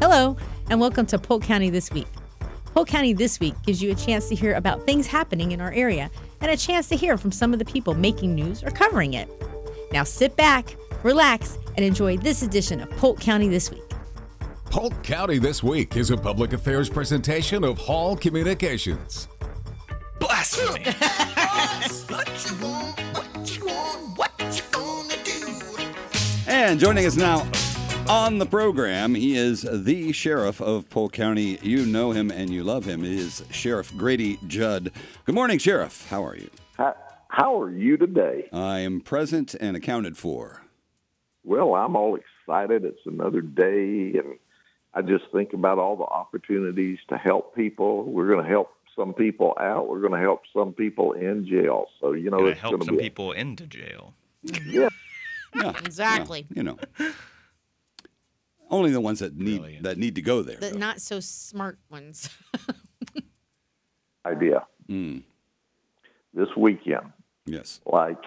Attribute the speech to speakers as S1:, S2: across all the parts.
S1: Hello, and welcome to Polk County This Week. Polk County This Week gives you a chance to hear about things happening in our area and a chance to hear from some of the people making news or covering it. Now sit back, relax, and enjoy this edition of Polk County This Week.
S2: Polk County This Week is a public affairs presentation of Hall Communications.
S3: Blasphemy!
S4: What you want, what you want, what you gonna do?
S5: And joining us now on the program, he is the sheriff of Polk County. You know him and you love him. It is Sheriff Grady Judd. Good morning, Sheriff. How are you?
S6: How, how are you today?
S5: I am present and accounted for.
S6: Well, I'm all excited. It's another day, and I just think about all the opportunities to help people. We're going to help some people out. We're going to help some people in jail. So you know,
S3: Gonna
S6: it's going
S3: help
S6: to
S3: some
S6: be
S3: people into jail.
S6: yeah.
S5: Yeah,
S1: Exactly.
S5: yeah, you know, only the ones that need
S3: Brilliant.
S5: that need to go there.
S1: The
S5: though.
S1: not so smart ones.
S6: idea
S5: Mm,
S6: this weekend.
S5: yes.
S6: Like,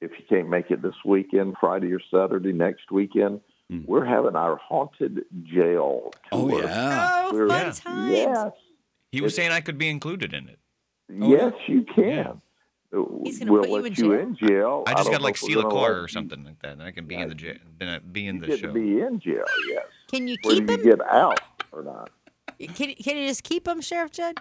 S6: if you can't make it this weekend, Friday or Saturday next weekend, we're having our haunted jail
S5: Oh
S6: tour.
S5: yeah.
S1: oh,
S6: We're-
S1: fun
S3: Yeah.
S1: times.
S6: Yes,
S3: He was
S6: It-
S3: saying I could be included in it.
S6: yes, you
S3: Oh, Yeah.
S6: can. Uh,
S1: He's gonna
S6: we'll
S1: put you
S6: let
S1: in
S6: you
S1: jail.
S6: in jail.
S3: I just
S6: don't
S3: got
S6: know
S3: like
S6: if we're
S3: steal a
S6: gonna
S3: car
S6: let
S3: or something like that, and I can be in the jail, then I- be in
S6: You
S3: the
S6: get
S3: show.
S6: to be in jail. Yes.
S1: Can you
S6: Whether
S1: keep
S6: you
S1: them?
S6: get out or not.
S1: Can, can you just keep them, Sheriff Judd?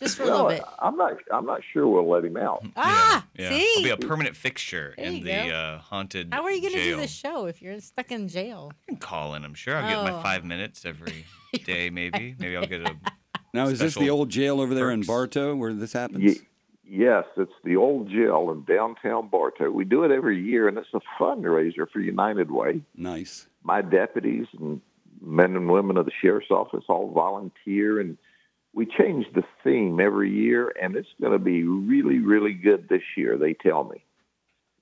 S1: Just for a
S6: Well,
S1: little bit.
S6: I'm not. I'm not sure we'll let him out.
S3: Mm-hmm.
S1: Ah,
S3: yeah.
S1: see?
S3: I'll be a permanent fixture
S1: There you
S3: in
S1: go.
S3: the uh, haunted.
S1: How are you going to do
S3: jail.
S1: the show if you're stuck in jail?
S3: I can call in. I'm sure I'll get
S1: Oh.
S3: my five minutes every day, maybe. Maybe I'll get a.
S5: Now is this the
S3: Special
S5: old jail over there in
S3: perks.
S5: Bartow where this happens?
S6: Ye- yes, it's the old jail in downtown Bartow. We do it every year, and it's a fundraiser for United Way.
S5: Nice.
S6: My deputies and men and women of the sheriff's office all volunteer, and we change the theme every year, and it's going to be really, really good this year. They tell me.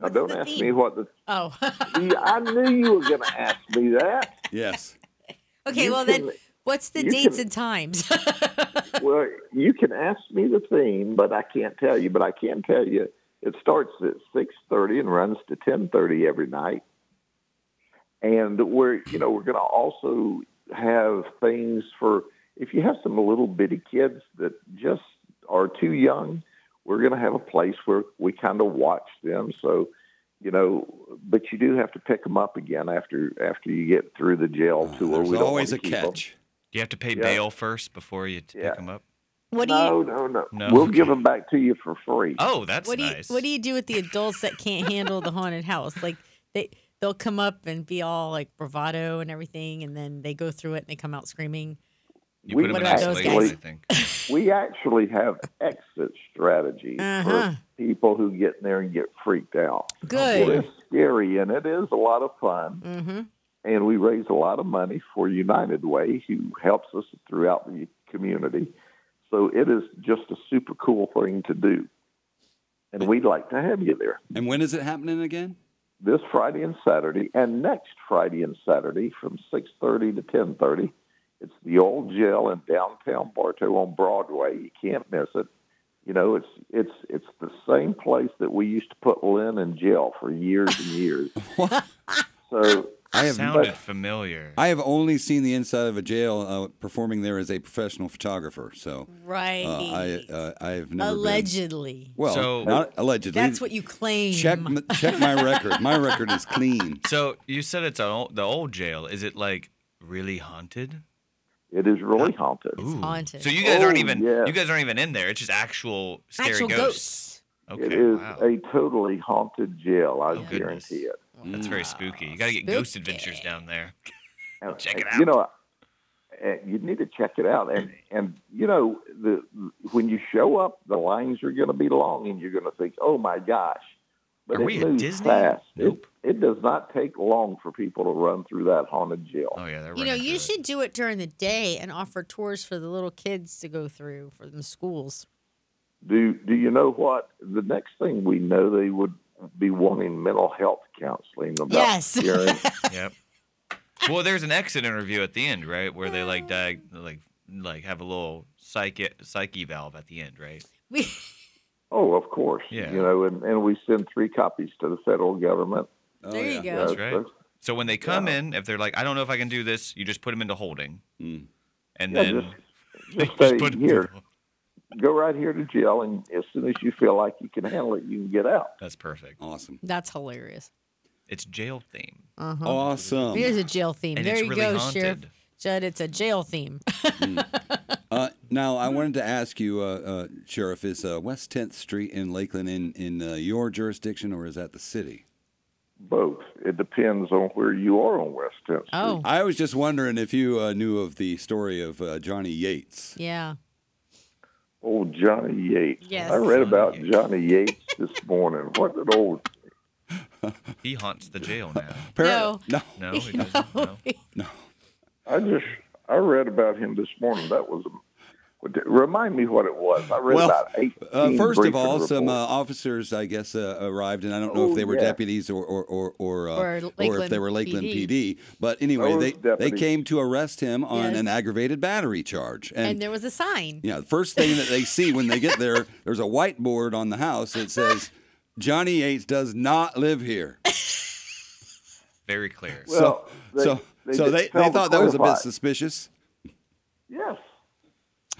S6: Now,
S1: What's
S6: don't
S1: the
S6: ask me
S1: theme?
S6: what the.
S1: Oh.
S6: See, I knew you were going to ask me that.
S5: Yes.
S1: okay,
S6: You
S1: well
S6: can-
S1: then, what's the
S6: you
S1: dates
S6: can-
S1: and times?
S6: Well, you can ask me the theme, but I can't tell you. But I can tell you it starts at six thirty and runs to ten thirty every night. And we're you know we're going to also have things for if you have some little bitty kids that just are too young. We're going to have a place where we kind of watch them. So you know, but you do have to pick them up again after after you get through the jail
S5: Uh,
S6: tour.
S5: there's
S6: We don't
S5: always a
S6: want to keep 'em.
S5: catch.
S3: Do you have to pay
S6: Yeah.
S3: bail first before you t- pick
S6: Yeah.
S3: 'em up?
S1: what do you
S6: No, no, no,
S3: No,
S6: We'll
S3: okay.
S6: give them back to you for free.
S3: Oh, that's
S1: what do you
S3: nice.
S1: what do you do with the adults that can't handle the haunted house? Like they they'll come up and be all like bravado and everything, and then they go through it and they come out screaming.
S3: You
S6: We
S3: put him
S1: What
S3: in
S1: about those
S3: isolation,
S1: guys?
S3: I think.
S6: We actually have exit strategies
S1: Uh-huh.
S6: for people who get in there and get freaked out.
S1: Good.
S6: It's scary and it is a lot of fun.
S1: mm-hmm.
S6: And we raise a lot of money for United Way, who helps us throughout the community. So it is just a super cool thing to do. And we'd like to have you there
S5: And when is it happening again?
S6: this Friday and Saturday and next Friday and Saturday from 6.30 to 10.30. It's the old jail in downtown Bartow on Broadway. You can't miss it. You know, it's it's it's the same place that we used to put Lynn in jail for years and years. so
S5: I have
S3: Sounded familiar.
S5: I have only seen the inside of a jail uh, performing there as a professional photographer. So
S1: Right.
S5: uh, I uh, I have never been-
S1: Allegedly,
S5: well,
S3: So-
S5: not allegedly.
S1: that's what you claim.
S5: check m- check my record. My record is clean.
S3: So you said it's an old, the old jail. Is it like really haunted?
S6: it is really haunted.
S3: Ooh.
S1: haunted.
S3: So you guys aren't
S6: Oh,
S3: even
S6: yeah.
S3: you guys aren't even in there. It's just actual scary
S1: Actual
S3: ghosts.
S1: ghosts.
S3: Okay,
S6: it is
S3: wow.
S6: a totally haunted jail. I
S3: Oh, goodness.
S6: guarantee it.
S5: Mm.
S3: That's very spooky. You got to get ghost adventures down there.
S6: And-
S3: Check it
S6: and, Oh, uh, You know, and you need to check it out. And and you know, the when you show up, the lines are going to be long, and you're going to think, "Oh my gosh!" But
S3: Are
S6: it
S3: we at
S6: moves
S3: Disney?
S6: fast.
S3: Nope.
S6: It, it does not take long for people to run through that haunted jail.
S3: Oh yeah, they're
S1: You know,
S3: running
S1: you
S3: through it.
S1: should do it during the day and offer tours for the little kids to go through for them schools.
S6: Do Do you know what the next thing we know they would be wanting mental health counseling about
S1: Yes.
S6: hearing.
S3: Yep. Well, there's an exit interview at the end, right, where they
S1: Uh.
S3: like die, like like have a little psyche psyche valve at the end, right?
S1: We,
S6: oh, of course.
S3: Yeah.
S6: You know, and and we send three copies to the federal government. Uh,
S5: Oh,
S1: there you
S5: yeah.
S1: go.
S3: That's right.
S6: so-
S3: So when they come in, if they're like, I don't know if I can do this, you just put them into holding,
S5: Mm.
S3: and
S6: Hmm. Yeah,
S3: then
S6: just, just
S3: just
S6: stay
S3: put 'em in
S6: here.
S3: holding.
S6: Go right here to jail, and as soon as you feel like you can handle it, you can get out.
S3: That's perfect.
S5: Awesome.
S1: That's hilarious.
S3: It's jail theme,
S1: Uh-huh.
S5: Awesome.
S1: Here's a jail theme.
S3: Um, and
S1: there
S3: it's
S1: you
S3: really
S1: go,
S3: haunted.
S1: Sheriff Judd. It's a jail theme.
S5: Uh, now, I wanted to ask you, uh, uh, Sheriff, is uh, West 10th Street in Lakeland in, in uh, your jurisdiction or is that the city?
S6: Both. It depends on where you are on West 10th Street.
S1: Oh,
S5: I was just wondering if you uh, knew of the story of uh, Johnny Yates.
S1: yeah.
S6: Old Johnny Yates.
S1: Yes.
S6: I read
S3: Johnny
S6: about
S3: Yates.
S6: Johnny Yates this morning. What an old
S3: He haunts the jail now.
S5: Appar- No.
S3: No, he doesn't. No.
S6: I just I read about him this morning. That was remind me what it was. I read
S5: Well,
S6: about eight.
S5: Uh, first of all, some uh, officers, I guess, uh, arrived, and I don't know
S6: Oh,
S5: if they were
S6: yeah.
S5: deputies or or or or, uh,
S1: Or
S5: if they
S1: Lakeland
S5: were Lakeland
S1: PD.
S5: PD. But anyway,
S6: Those
S5: they they
S6: deputies.
S5: came to arrest him on
S1: Yes.
S5: an aggravated battery charge,
S1: And,
S5: and,
S1: there was a sign.
S5: yeah, the first thing that they see when they get there, there's a whiteboard on the house that says. Johnny Yates does not live here.
S3: Very clear.
S5: so,
S6: Well,
S5: uh, so,
S6: they-
S5: so
S6: they
S5: they,
S6: just
S5: they
S6: failed to
S5: thought that was a bit
S6: clarify.
S5: suspicious.
S6: yes,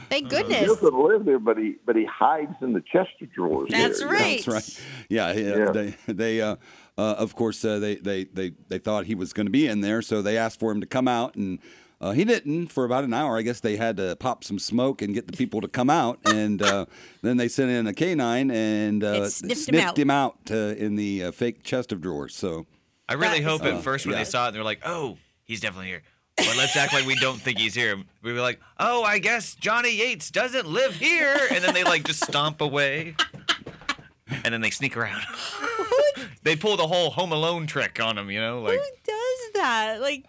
S1: Thank
S6: he
S1: goodness.
S6: doesn't live there, but he but he hides in the Chester drawers.
S1: That's
S6: there.
S1: right.
S5: That's right. Yeah, he- uh,
S6: Yeah.
S5: they they uh, uh, of course uh, they, they they they thought he was going to be in there, so they asked for him to come out, and uh, he didn't for about an hour. I guess they had to pop some smoke and get the people to come out, and uh, then they sent in a canine and uh,
S1: It sniffed him out.
S5: him out, uh, in the uh, fake chest of drawers. So
S3: I
S1: That
S3: really
S1: is
S3: hope at first when
S5: yeah.
S3: they saw it, they're like, "Oh, he's definitely here." But let's act like we don't think he's here. We were like, "Oh, I guess Johnny Yates doesn't live here," and then they like just stomp away, and then they sneak around. they pull the whole Home Alone trick on him, you know, like
S1: Who does that? Like,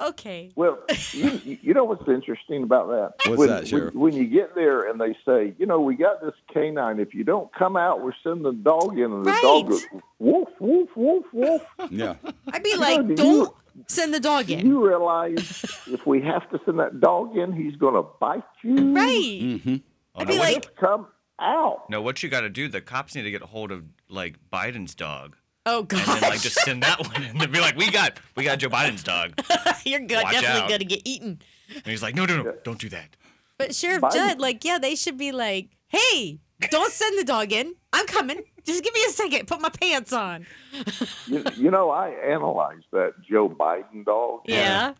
S1: okay.
S6: Well, you, you know what's interesting about that?
S5: What's
S6: when,
S5: that, Sheriff?
S6: When, when you get there and they say, you know, we got this canine. If you don't come out, we're sending the dog in, and the
S1: Right.
S6: dog goes woof woof woof woof.
S5: yeah,
S1: I'd be
S6: know,
S1: like,
S6: do
S1: don't send the dog
S6: Do
S1: in.
S6: you realize if we have to send that dog in, he's going to bite you?
S1: right.
S3: oh,
S1: I'd
S3: no,
S1: be
S3: what,
S1: like,
S6: Come out.
S3: no, what you got to do? The cops need to get a hold of like Biden's dog,
S1: oh
S3: and then like
S1: gosh,
S3: just send that one, in and be like, "We got, we got Joe Biden's dog,"
S1: you're go-
S3: watch
S1: definitely
S3: out.
S1: gonna get eaten.
S3: and he's like, "No, no, no, don't do that."
S1: But Sheriff
S6: Biden-
S1: Judd, like, yeah, they should be like, hey, don't send the dog in. I'm coming. Just give me a second. Put my pants on.
S6: You, you know, I analyzed that Joe Biden dog
S1: Yeah.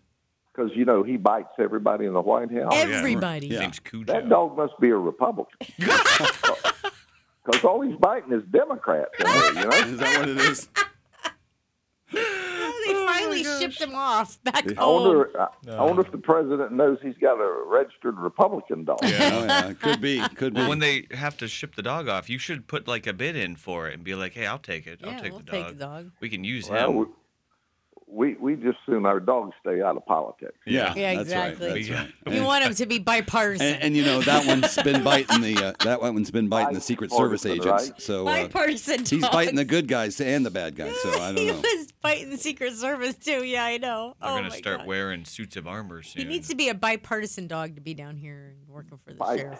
S6: because, you know, he bites everybody in the White House.
S1: Everybody.
S5: Yeah.
S3: His name's Cujo.
S6: that dog must be a Republican. Because all he's biting is Democrats. in there, you know?
S5: is that what it is?
S1: They finally shipped him off back
S6: I
S3: Oh,
S1: home.
S6: wonder, I, I wonder if the president knows he's got a registered Republican dog.
S5: Oh, yeah, could be, could be.
S3: Well, when they have to ship the dog off, you should put like a bid in for it and be like, "Hey, I'll take it.
S1: yeah,
S3: I'll take,
S1: we'll
S3: the,
S1: take
S3: dog.
S1: the dog.
S3: We can use
S6: Well,
S3: him.
S6: we, we just assume our dogs stay out of politics.
S5: yeah,
S1: Yeah,
S5: that's right,
S1: exactly.
S5: that's right.
S1: You want him to be bipartisan.
S5: And, and you know that one's been biting the uh, that one's been biting the Secret Service
S6: Bipartisan,
S5: agents.
S6: right?
S5: So uh,
S1: bipartisan. Dogs.
S5: He's biting the good guys and the bad guys, so I don't
S1: he
S5: know.
S1: was biting the Secret Service too. Yeah, I know.
S3: They're
S1: oh
S3: gonna
S1: my
S3: start
S1: God.
S3: wearing suits of armor soon.
S1: He needs to be a bipartisan dog to be down here and working for the sheriff.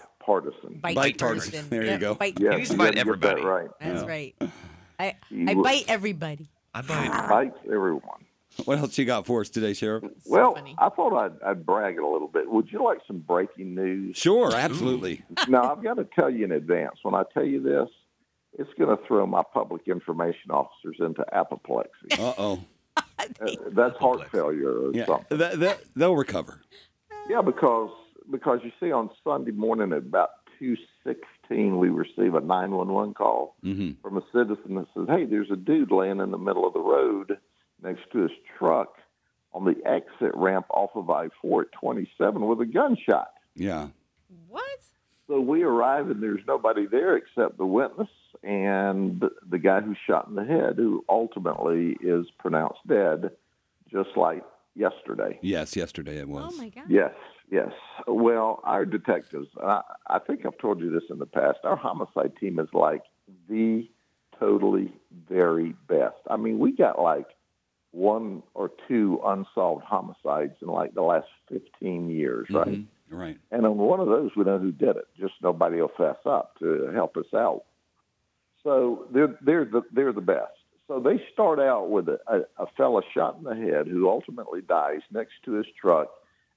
S5: Bipartisan.
S6: Bipartisan.
S1: Bipartisan.
S5: There you
S1: Yeah,
S5: go.
S1: Bite,
S6: Yes,
S3: needs to
S6: you
S3: bite
S6: gotta get that
S3: everybody.
S6: right.
S1: That's right. I,
S6: He
S1: I
S6: would-
S1: bite everybody.
S3: I
S1: Ah.
S3: buy
S6: Bites everyone.
S5: What else you got for us today, Sheriff?
S6: Well,
S1: funny.
S6: I thought I'd, I'd brag a little bit. Would you like some breaking news?
S5: Sure, absolutely.
S6: now, I've got to tell you in advance. When I tell you this, it's going to throw my public information officers into apoplexy.
S5: Uh oh.
S6: Uh, That's heart
S3: Apoplexy.
S6: failure or
S5: Yeah,
S6: something.
S5: that, that, they'll recover.
S6: Yeah, because because you see, on Sunday morning at about two sixteen, we receive a nine one one call
S5: Mhm.
S6: from a citizen that says, "Hey, there's a dude laying in the middle of the road next to his truck on the exit ramp off of I four at twenty seven with a gunshot."
S5: Yeah.
S1: What?
S6: So we arrive and there's nobody there except the witness and the guy who shot in the head, who ultimately is pronounced dead, just like yesterday.
S5: Yes, yesterday it
S1: Oh
S5: was.
S1: my God.
S6: Yes, yes. Well, our detectives, I, I think I've told you this in the past, our homicide team is like the totally very best. I mean, we got like one or two unsolved homicides in like the last 15 years, right?
S5: Mhm. Right.
S6: And on one of those, we know who did it. Just nobody will fess up to help us out. So they're they're the they're the best. So they start out with a, a, a fella shot in the head who ultimately dies next to his truck,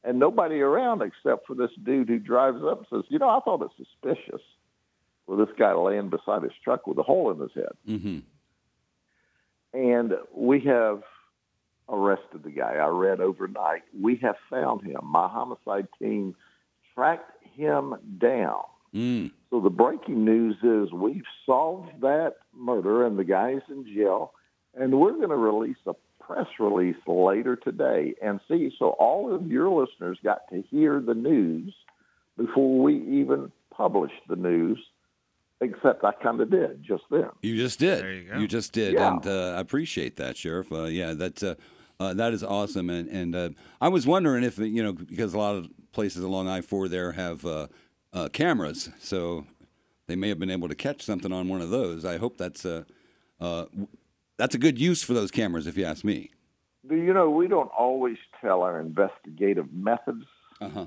S6: and nobody around except for this dude who drives up and says, "You know, I thought it suspicious." Well, this guy laying beside his truck with a hole in his head,
S5: Mm-hmm.
S6: and we have arrested the guy. I read overnight. We have found him. My homicide team tracked him down.
S5: Mm.
S6: So the breaking news is we've solved that murder and the guy's in jail, and we're going to release a press release later today. And see, so all of your listeners got to hear the news before we even published the news, except I kind of did just then.
S5: You just did.
S3: There you go.
S5: just did,
S6: Yeah.
S5: and uh, I appreciate that, Sheriff. Uh, yeah, that's uh, uh, that is awesome. And and uh, I was wondering if you know because a lot of places along I four there have uh, uh, cameras, so they may have been able to catch something on one of those. I hope that's uh, uh, w- that's a good use for those cameras, if you ask me.
S6: Do you know we don't always tell our investigative methods,
S5: Uh
S6: Uh-huh.
S5: huh.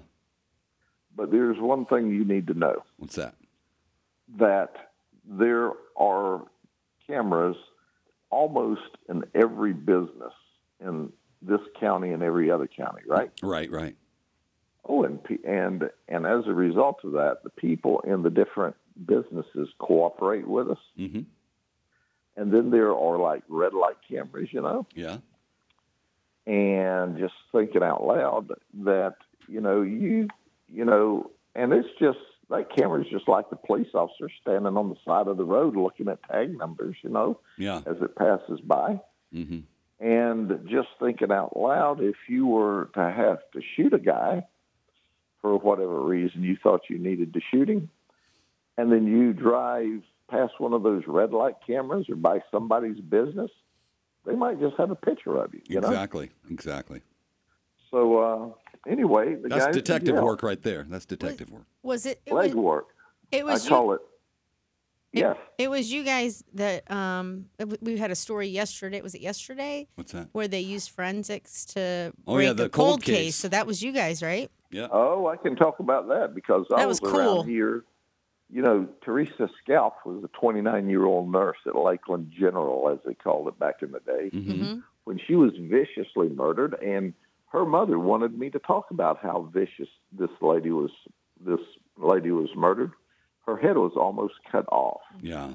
S6: but there's one thing you need to know.
S5: What's that?
S6: that there are cameras almost in every business in this county and every other county, right?
S5: Right, right.
S6: Oh, and pe- and and as a result of that, the people in the different businesses cooperate with us,
S5: Mm-hmm.
S6: and then there are like red light cameras, you know.
S5: Yeah.
S6: and just thinking out loud that you know you you know and it's just that camera's just like the police officer standing on the side of the road looking at tag numbers you know
S5: Yeah.
S6: as it passes by
S5: Mm-hmm.
S6: and just thinking out loud if you were to have to shoot a guy for whatever reason you thought you needed to shoot him and then you drive past one of those red light cameras or by somebody's business they might just have a picture of you you know
S5: Exactly. Exactly.
S6: so uh, anyway, the
S5: That's
S6: guys in
S5: detective
S6: jail,
S5: work right there. That's detective work.
S7: Was it? It
S6: Leg
S7: was,
S6: work.
S7: it
S6: I
S7: was you.
S6: call it. Yes.
S7: It was you guys that um. it w- We had a story yesterday. Was it yesterday
S5: What's that?
S7: where they used forensics to
S5: Oh,
S7: break
S5: yeah, the
S7: a
S5: cold
S7: cold case.
S5: case.
S7: So that was you guys, right?
S5: Yeah.
S6: Oh, I can talk about that because I
S7: That
S6: was,
S7: was cool.
S6: around here. You know, Teresa Scalp was a 29-year-old nurse at Lakeland General, as they called it back in the day,
S5: Mm-hmm.
S6: when she was viciously murdered, and her mother wanted me to talk about how vicious this lady was. This lady was murdered. Her head was almost cut off.
S5: Yeah.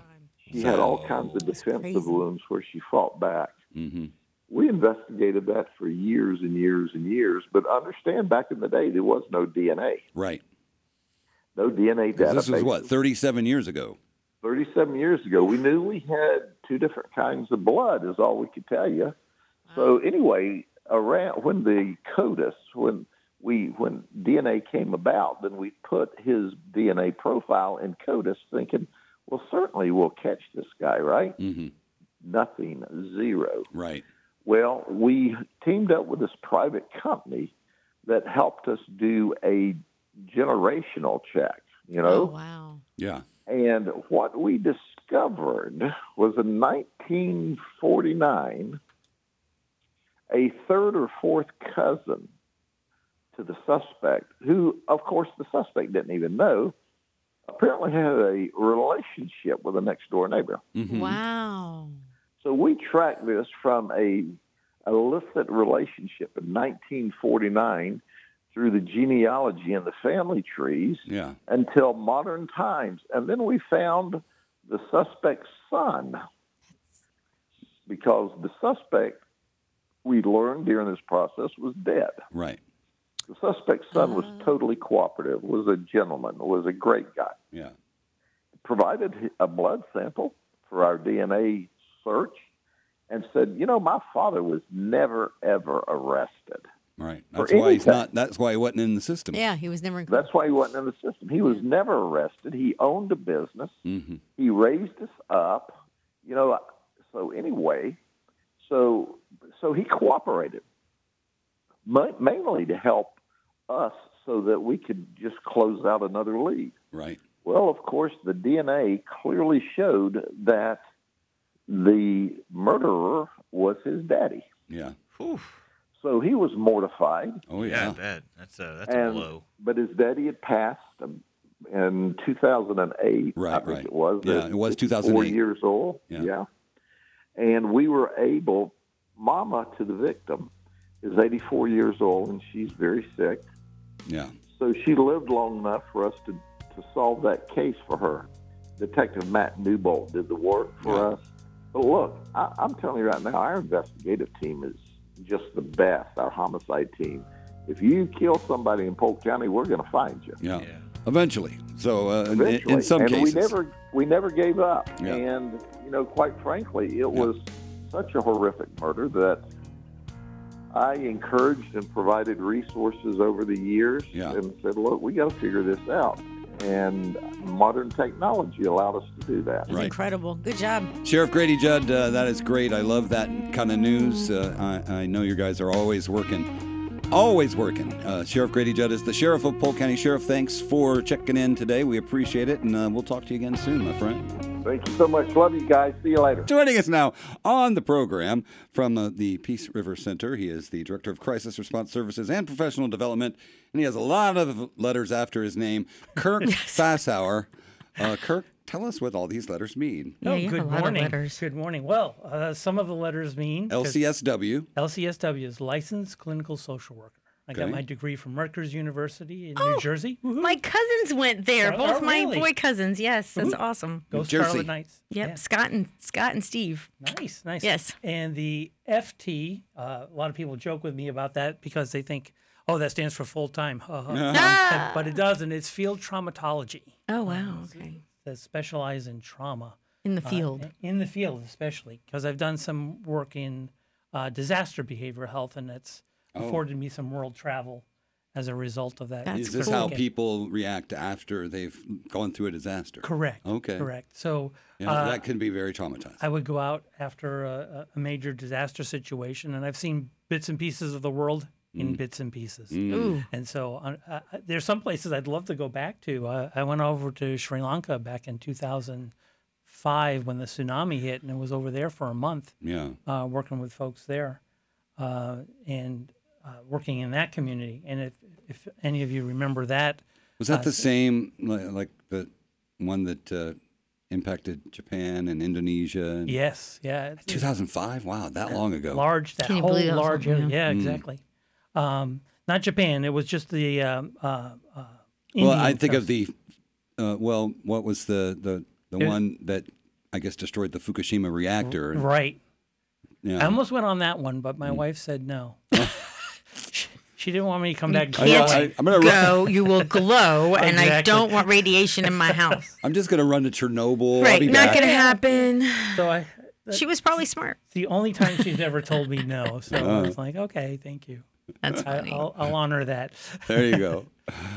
S6: She had all kinds of
S7: That's
S6: defensive
S7: crazy.
S6: wounds where she fought back.
S5: Mm-hmm.
S6: we investigated that for years and years and years. But understand, back in the day, there was no DNA,
S5: Right.
S6: no DNA
S5: 'Cause
S6: database.
S5: This was what 37 years ago.
S6: Thirty-seven years ago, we knew we had two different kinds of blood. Is all we could tell you. So anyway, around when the CODIS, when we when DNA came about, then we put his DNA profile in CODIS, thinking, well, certainly we'll catch this guy, right?
S5: Mm-hmm.
S6: Nothing, zero.
S5: Right.
S6: Well, we teamed up with this private company that helped us do a generational check, you
S7: Oh
S6: know?
S7: wow.
S5: Yeah.
S6: And what we discovered was in 1949, a third or fourth cousin to the suspect, who, of course, the suspect didn't even know, apparently had a relationship with a next door neighbor.
S5: Mm-hmm.
S7: Wow.
S6: So we tracked this from a illicit relationship in 1949 through the genealogy and the family trees
S5: Yeah.
S6: until modern times. And then we found the suspect's son because the suspect we learned during this process was dead.
S5: Right.
S6: The suspect's son was totally cooperative, was a gentleman, was a great guy
S5: Yeah.
S6: provided a blood sample for our DNA search and said, you know, my father was never, ever arrested.
S5: Right.
S6: For
S5: That's why he's
S6: anything.
S5: not. That's why he wasn't in the system.
S1: Yeah, he was never in
S6: That's why he wasn't in the system. He was never arrested. He owned a business.
S5: Mm-hmm.
S6: He raised us up. You know, so anyway, so so he cooperated ma- mainly to help us so that we could just close out another lead.
S5: Right.
S6: Well, of course, the DNA clearly showed that the murderer was his daddy.
S5: Yeah.
S3: Whew.
S6: So he was mortified,
S5: Oh
S3: Yeah,
S5: yeah.
S3: I bet. That's a that's a
S6: And-
S3: blow.
S6: but his daddy had passed um, in 2008.
S5: Right,
S6: I think
S5: right.
S6: it was.
S5: Yeah,
S6: at
S5: it was
S6: Four
S5: 2008.
S6: years old.
S5: Yeah.
S6: Yeah. and we were able mama to the victim is 84 years old and she's very sick
S5: Yeah.
S6: so she lived long enough for us to, to solve that case for her. Detective Matt Newbold did the work for
S5: Yeah.
S6: us. But look, I, I'm telling you right now, our investigative team is just the best, our homicide team. If you kill somebody in Polk County, we're going to find you.
S5: Yeah.
S3: Yeah.
S5: Eventually. So uh, in- in,
S6: Eventually.
S5: in some
S6: and
S5: cases.
S6: we never we never gave up.
S5: Yeah.
S6: And you know, quite frankly, it was such a horrific murder that I encouraged and provided resources over the years
S5: Yeah.
S6: and said, "Look, we got to figure this out." And modern technology allowed us to do that.
S5: Right.
S1: Incredible. Good job.
S5: Sheriff Grady Judd, uh, that is great. I love that kind of news. Uh, I, I know you guys are always working, always working. Uh, sheriff Grady Judd is the sheriff of Polk County. Sheriff, thanks for checking in today. We appreciate it, and uh, we'll talk to you again soon, my friend.
S6: Thank you so much. Love you guys. See you later.
S5: Joining us now on the program from uh, the Peace River Center, he is the director of crisis response services and professional development, and he has a lot of letters after his name, Kirk Fassauer. Uh, Kirk, tell us what all these letters mean.
S1: Yeah, you have a lot of letters.
S8: Good Oh, morning. Well, uh, some of the letters mean 'cause
S5: LCSW.
S8: LCSW is licensed clinical social worker. I got
S5: Okay.
S8: my degree from Rutgers University in New Jersey. Woohoo.
S1: Oh, My cousins went there.
S8: Oh,
S1: Both
S8: oh,
S1: my
S8: really?
S1: boy cousins. Yes, that's awesome.
S8: Go
S5: Jersey.
S8: Scarlet Knights.
S1: Yep,
S8: Yeah.
S1: Scott and Scott and Steve.
S8: Nice, nice.
S1: Yes.
S8: And the FT, uh, a lot of people joke with me about that because they think, oh, that stands for full time.
S1: Ah!
S8: but it doesn't. It's field traumatology
S1: Oh wow. Okay.
S8: that specialize in trauma uh,
S1: In the field.
S8: in the field, especially because I've done some work in uh, disaster behavioral health, and that's
S5: Oh.
S8: afforded me some world travel as a result of that.
S1: That's
S5: Is this
S1: cool.
S5: how people react after they've gone through a disaster?
S8: Correct.
S5: Okay.
S8: Correct. So
S5: Yeah,
S8: uh,
S5: that can be very traumatizing.
S8: I would go out after a, a a major disaster situation, and I've seen bits and pieces of the world in
S5: Mm.
S8: bits and pieces.
S1: Ooh.
S8: And so uh, uh, there's some places I'd love to go back to. Uh, I went over to Sri Lanka back in 2005 when the tsunami hit, and I was over there for a month
S5: yeah.
S8: uh, working with folks there uh, and uh, working in that community. And if, if any of you remember that,
S5: Was
S8: Uh,
S5: that the same li- like the one that uh, impacted Japan and Indonesia? and-
S8: yes, yeah, it's-
S5: 2005. Wow, that long ago.
S8: large that
S1: Can you
S8: whole
S1: believe that was
S8: large
S1: something,
S8: area. Yeah,
S5: Mm.
S8: exactly. Um, not Japan. It was just the. Um, uh, uh,
S5: Well,
S8: Indian
S5: I think of
S8: coast.
S5: the. Uh, well, what was the the the
S8: It-
S5: one that I guess destroyed the Fukushima reactor? and-
S8: right. Um,
S5: yeah.
S8: I almost went on that one, but my wife said no. she, she didn't want me to come back. to
S5: I,
S8: that
S1: can't
S8: one.
S5: I, am gonna. Run,
S1: Go, you will glow, and I
S8: Exactly.
S1: don't want radiation in my house.
S5: I'm just gonna run to Chernobyl. I'll
S1: right,
S5: be
S1: not
S5: back.
S1: gonna happen.
S8: So I. That's
S1: She was probably smart.
S8: the only time she's ever told me no. So I was like, okay, thank you.
S1: That's
S8: I,
S1: funny.
S8: I'll, I'll honor that.
S5: There you go.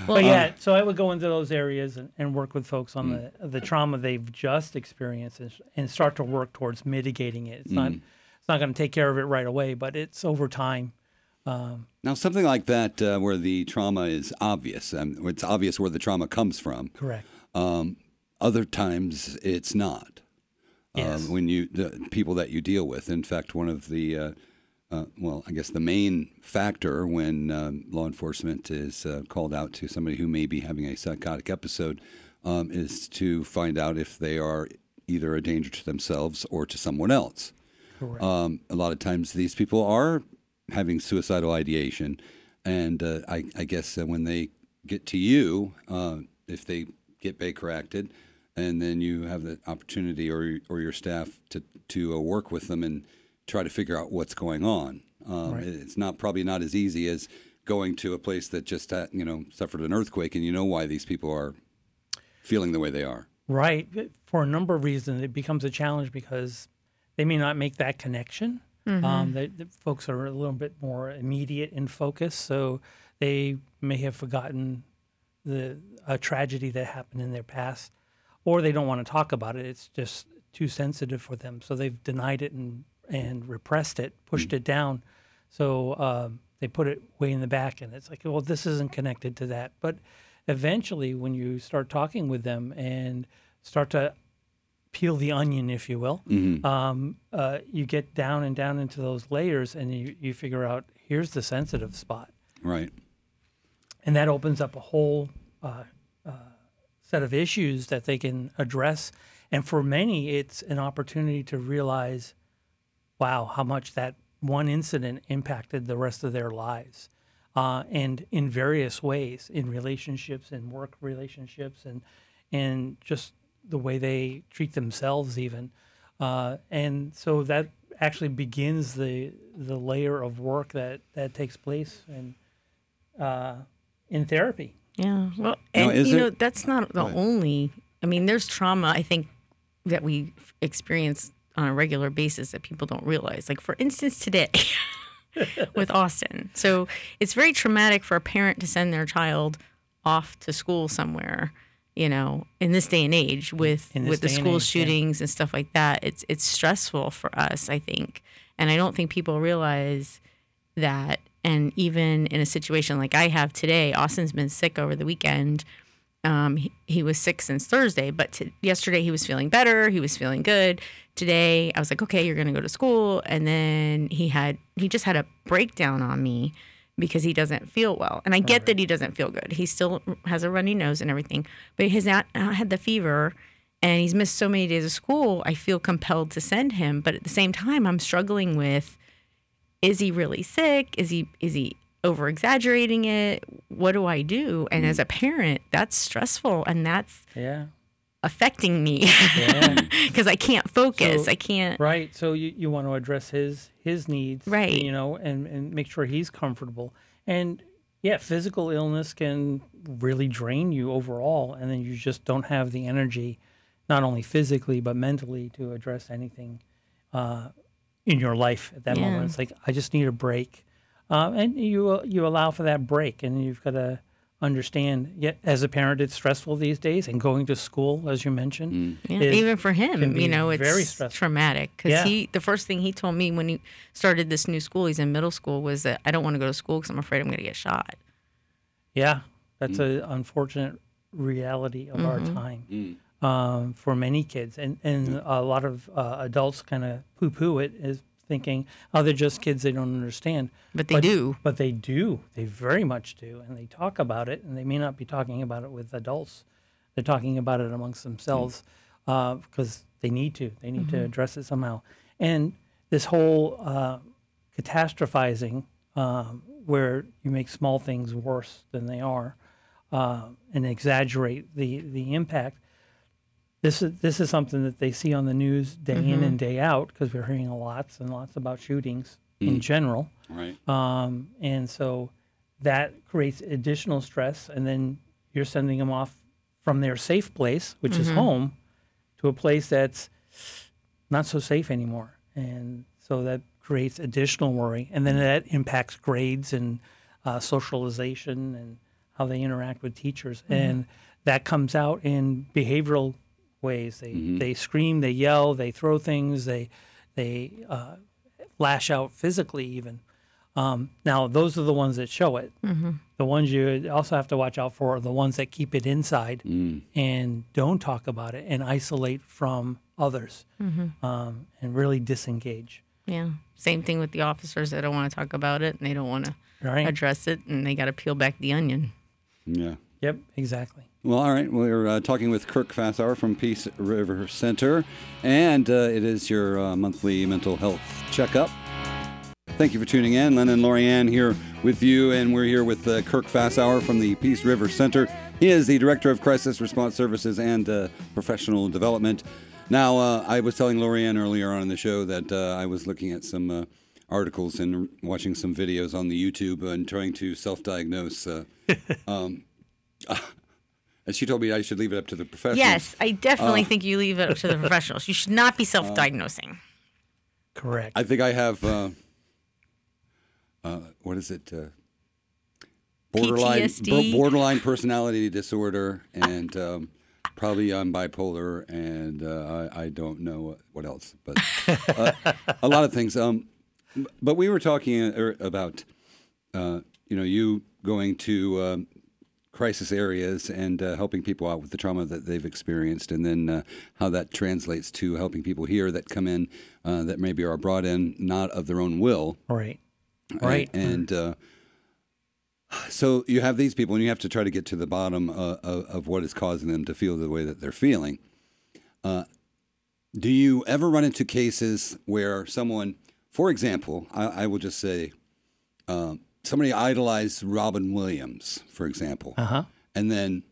S8: but yeah, so I would go into those areas and, and work with folks on the the trauma they've just experienced and, s- and start to work towards mitigating it. It's not it's not going to take care of it right away, but it's over time.
S5: Now, something like that, uh, where the trauma is obvious, um, it's obvious where the trauma comes from.
S8: Correct.
S5: Other times, it's not.
S8: Yes.
S5: Um, when you the people that you deal with, in fact, one of the, uh, uh, well, I guess the main factor when um, law enforcement is uh, called out to somebody who may be having a psychotic episode um, is to find out if they are either a danger to themselves or to someone else. Um, a lot of times these people are having suicidal ideation. And uh, I, I guess that when they get to you, uh, if they get Baker acted, and then you have the opportunity or, or your staff to, to uh, work with them and try to figure out what's going on. Um, It's not probably not as easy as going to a place that just had, you know suffered an earthquake and you know why these people are feeling the way they are.
S8: Right. uh, For a number of reasons, it becomes a challenge because they may not make that connection. Um, the, the folks are a little bit more immediate in focus, so they may have forgotten the a tragedy that happened in their past, or they don't want to talk about it. It's just too sensitive for them, so they've denied it and and repressed it, pushed it down. So um, they put it way in the back, and it's like, well, this isn't connected to that. But eventually, when you start talking with them and start to peel the onion, if you will, um, uh, you get down and down into those layers, and you, you figure out here's the sensitive spot
S5: Right.
S8: and that opens up a whole uh, uh, set of issues that they can address. And for many, it's an opportunity to realize wow, how much that one incident impacted the rest of their lives. Uh, and in various ways, in relationships, in work relationships, and and just the way they treat themselves, even. Uh, and so that actually begins the the layer of work that that takes place and uh, in therapy.
S9: Yeah. Well, and
S5: is
S9: you
S5: it-
S9: know, that's not the only, I mean, there's trauma, I think, that we f- experience on a regular basis that people don't realize. Like, for instance, today with Austin. So it's very traumatic for a parent to send their child off to school somewhere. You know, in this day and age, with
S8: In this
S9: with the
S8: day and
S9: school
S8: age, yeah.
S9: shootings and stuff like that, it's it's stressful for us, I think, and I don't think people realize that. And even in a situation like I have today, Austin's been sick over the weekend. Um, he, he was sick since Thursday, but t- yesterday he was feeling better. He was feeling good. Today I was like, okay, you're going to go to school. And then he had, he just had a breakdown on me because he doesn't feel well. And I get that he doesn't feel good. He still has a runny nose and everything, but he has not not had the fever and he's missed so many days of school. I feel compelled to send him. But at the same time, I'm struggling with is he really sick is he is he over exaggerating it what do i do and as a
S8: Mm.
S9: parent that's stressful and that's
S8: Yeah.
S9: affecting me
S8: Yeah.
S9: because i can't focus
S8: So-
S9: i can't
S8: Right. So you, you want to address his his needs,
S9: Right.
S8: You know, and and make sure he's comfortable. And yeah, physical illness can really drain you overall, and then you just don't have the energy, not only physically but mentally, to address anything uh, in your life at that moment. It's like I just need a break, uh, and you you allow for that break, and you've got to understand. Yet, as a parent, it's stressful these days, and going to school, as you mentioned,
S9: Yeah,
S8: is-
S9: even for
S8: can
S9: him,
S8: be
S9: you know, it's
S8: very
S9: very
S8: stressful.
S9: traumatic because
S8: Yeah.
S9: he, the first thing he told me when he started this new school, he's in middle school, was that I don't want to go to school because I'm afraid I'm going to get shot.
S8: Yeah, that's a unfortunate reality of
S9: Mm-hmm.
S8: our time um, for many kids, and and a lot of uh, adults kind of poo poo it is thinking, oh, they're just kids; they don't understand.
S9: But they do.
S8: But they do. They very much do, and they talk about it, and they may not be talking about it with adults. They're talking about it amongst themselves because they need to. They need
S9: Mm-hmm.
S8: to address it somehow. And this whole uh, catastrophizing, um, where you make small things worse than they are, uh, and exaggerate the the impact. This is this is something that they see on the news day in and day out because we're hearing lots and lots about shootings in general.
S5: Right.
S8: Um, and so that creates additional stress. And then you're sending them off from their safe place, which is home, to a place that's not so safe anymore. And so that creates additional worry. And then that impacts grades and uh, socialization and how they interact with teachers. And that comes out in behavioral ways. They, they scream, they yell, they throw things, they, they uh, lash out physically, even. Um, now, those are the ones that show it. The ones you also have to watch out for are the ones that keep it inside
S5: Mm.
S8: and don't talk about it and isolate from others um, and really disengage.
S9: Yeah. Same thing with the officers that don't want to talk about it and they don't want to
S8: Right.
S9: address it and they got to peel back the onion.
S5: Yeah.
S8: Yep, exactly.
S5: Well, all right. We're uh, talking with Kirk Fassauer from Peace River Center, and uh, it is your uh, monthly mental health checkup. Thank you for tuning in. Len and Lorianne here with you, and we're here with uh, Kirk Fassauer from the Peace River Center. He is the Director of Crisis Response Services and uh, Professional Development. Now, uh, I was telling Lorianne earlier on in the show that uh, I was looking at some uh, articles and watching some videos on the YouTube and trying to self diagnose. Uh, and she told me I should leave it up to the professionals.
S9: Yes, I
S5: Uh.
S9: definitely think you leave it up to the professionals. You should not be self diagnosing.
S8: Correct.
S5: I think I have. Uh, uh, what is it? Uh, borderline
S9: PTSD.
S5: borderline personality disorder, and um, probably I'm bipolar, and uh, I, I don't know what else, but uh, a lot of things. Um, but we were talking uh, er, about uh, you know you going to um, crisis areas and uh, helping people out with the trauma that they've experienced, and then uh, how that translates to helping people here that come in uh, that maybe are brought in not of their own will,
S8: right. Right.
S5: And uh, so you have these people, and you have to try to get to the bottom uh, of, of what is causing them to feel the way that they're feeling. Uh, do you ever run into cases where someone For example, I, I will just say um, somebody idolized Robin Williams, for example.
S8: Uh-huh.
S5: And then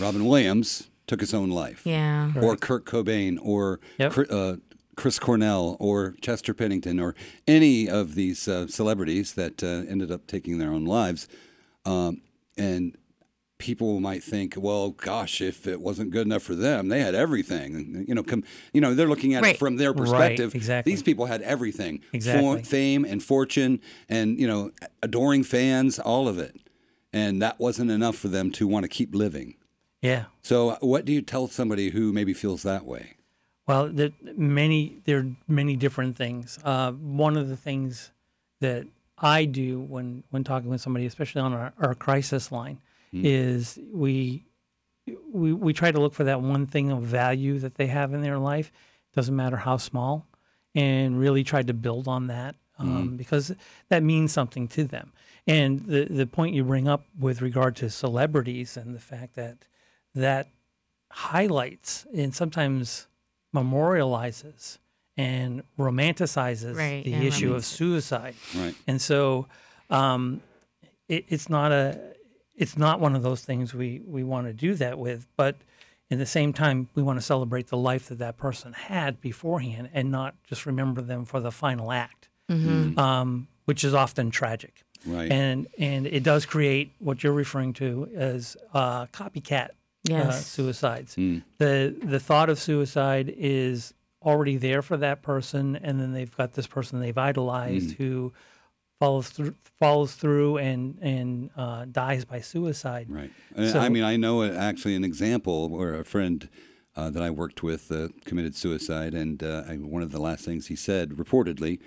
S5: Robin Williams took his own life.
S9: Yeah.
S5: Or Kurt Cobain or
S8: Yep.
S5: Chri- uh, Chris Cornell or Chester Pennington or any of these uh, celebrities that uh, ended up taking their own lives. Um, and people might think, well, gosh, if it wasn't good enough for them, they had everything. You know, com- you know, they're looking at
S9: Right.
S5: it from their perspective.
S8: exactly.
S5: These people had everything: For-
S8: Exactly.
S5: fame and fortune, and you know, adoring fans, all of it. And that wasn't enough for them to want to keep living.
S8: Yeah.
S5: So, what do you tell somebody who maybe feels that way?
S8: Well, there many there are many different things. Uh, one of the things that I do when when talking with somebody, especially on our, our crisis line, is we we we try to look for that one thing of value that they have in their life. Doesn't matter how small, and really try to build on that um, because that means something to them. And the the point you bring up with regard to celebrities and the fact that that highlights and sometimes memorializes and romanticizes
S9: Right,
S8: the
S9: yeah,
S8: issue of suicide.
S5: Right.
S8: And so um, it, it's not a it's not one of those things we we want to do that with, but at the same time, we want to celebrate the life that that person had beforehand and not just remember them for the final act, um, which is often tragic.
S5: Right.
S8: And and it does create what you're referring to as uh, copycat uh,
S9: Yes.
S8: suicides.
S5: Hmm.
S8: The the thought of suicide is already there for that person, and then they've got this person they've idolized
S5: Hmm.
S8: who follows through, follows through and and uh, dies by suicide.
S5: Right. And
S8: So-
S5: I mean, I know uh, actually an example where a friend uh, that I worked with uh, committed suicide, and uh, I, one of the last things he said, reportedly,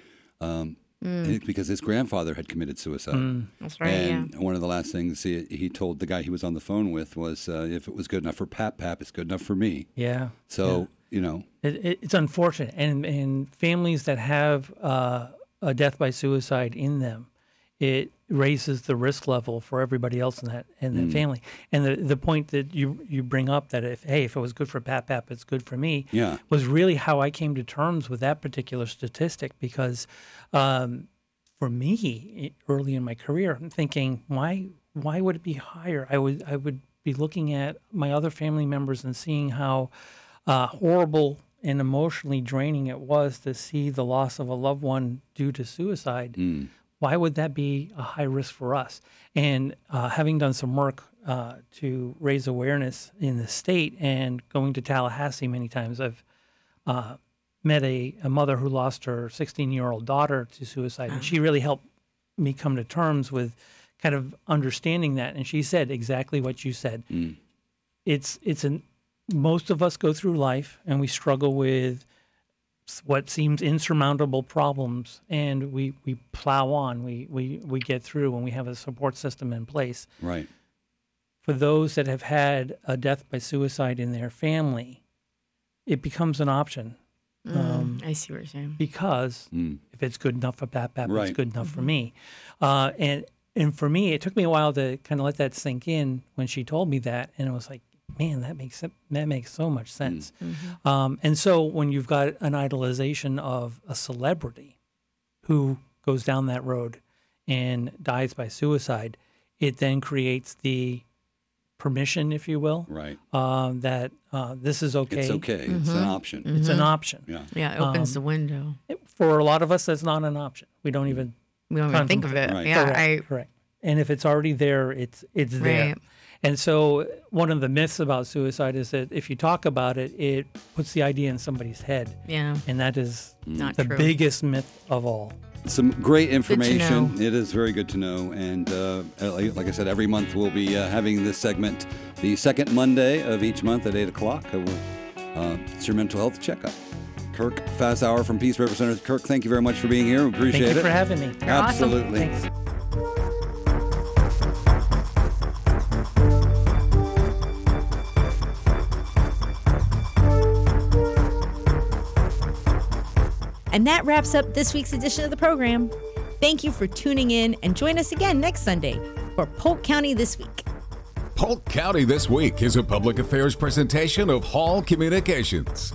S5: um, it- because his grandfather had committed suicide.
S8: Mm.
S9: That's right.
S5: and one of the last things he, he told the guy he was on the phone with was, uh, if it was good enough for Pap Pap, it's good enough for me.
S8: Yeah.
S5: So, you know,
S8: It, it, it's unfortunate, and and families that have uh, a death by suicide in them, it raises the risk level for everybody else in that in that family. And the, the point that you you bring up that if hey if it was good for Pap Pap, it's good for me.
S5: Yeah.
S8: was really how I came to terms with that particular statistic because, um, for me i- early in my career, I'm thinking why why would it be higher? I would I would be looking at my other family members and seeing how uh, horrible and emotionally draining it was to see the loss of a loved one due to suicide. Why would that be a high risk for us? And uh, having done some work uh, to raise awareness in the state and going to Tallahassee many times, I've uh, met a, a mother who lost her 16 year old daughter to suicide. And she really helped me come to terms with kind of understanding that. And she said exactly what you said. It's, it's an, most of us go through life and we struggle with s- what seems insurmountable problems and we, we plow on, we, we, we get through when we have a support system in place
S5: right.
S8: for those that have had a death by suicide in their family, it becomes an option
S9: yeah.
S5: um,
S9: Mm, I see what you're saying.
S8: because
S5: Mm.
S8: if it's good enough for Pap Pap,
S5: Right.
S8: it's good enough for me. Uh, and and for me, it took me a while to kind of let that sink in when she told me that, and it was like, man, that makes sen- that makes so
S5: Mm.
S8: much sense. Um, and so when you've got an idolization of a celebrity who goes down that road and dies by suicide, it then creates the permission, if you will,
S5: Right.
S8: um, that uh, this is okay.
S5: It's okay. It's an option.
S8: It's an option.
S5: Yeah.
S9: Yeah, it
S5: um,
S9: opens the window.
S8: For a lot of us, that's not an option. We don't even
S9: We don't even think of it.
S5: Right.
S9: Yeah,
S8: correct,
S9: I
S8: correct. And if it's already there, it's it's there.
S9: Right.
S8: And so one of the myths about suicide is that if you talk about it, it puts the idea in somebody's head,
S9: yeah.
S8: and that is
S9: Not
S8: the
S9: true.
S8: biggest myth of all.
S5: Some great information.
S9: know.
S5: It is very good to know. And uh, like like I said, every month we'll be uh, having this segment the second Monday of each month at 8 o'clock. Uh, uh, it's your mental health checkup. Kirk Fassauer from Peace River Center. Kirk, thank you very much for being here. We appreciate it.
S8: Thank you for having me.
S9: awesome.
S5: Absolutely.
S8: Thanks.
S1: And that wraps up this week's edition of the program. Thank you for tuning in and join us again next Sunday for Polk County This Week.
S2: Polk County This Week is a public affairs presentation of Hall Communications.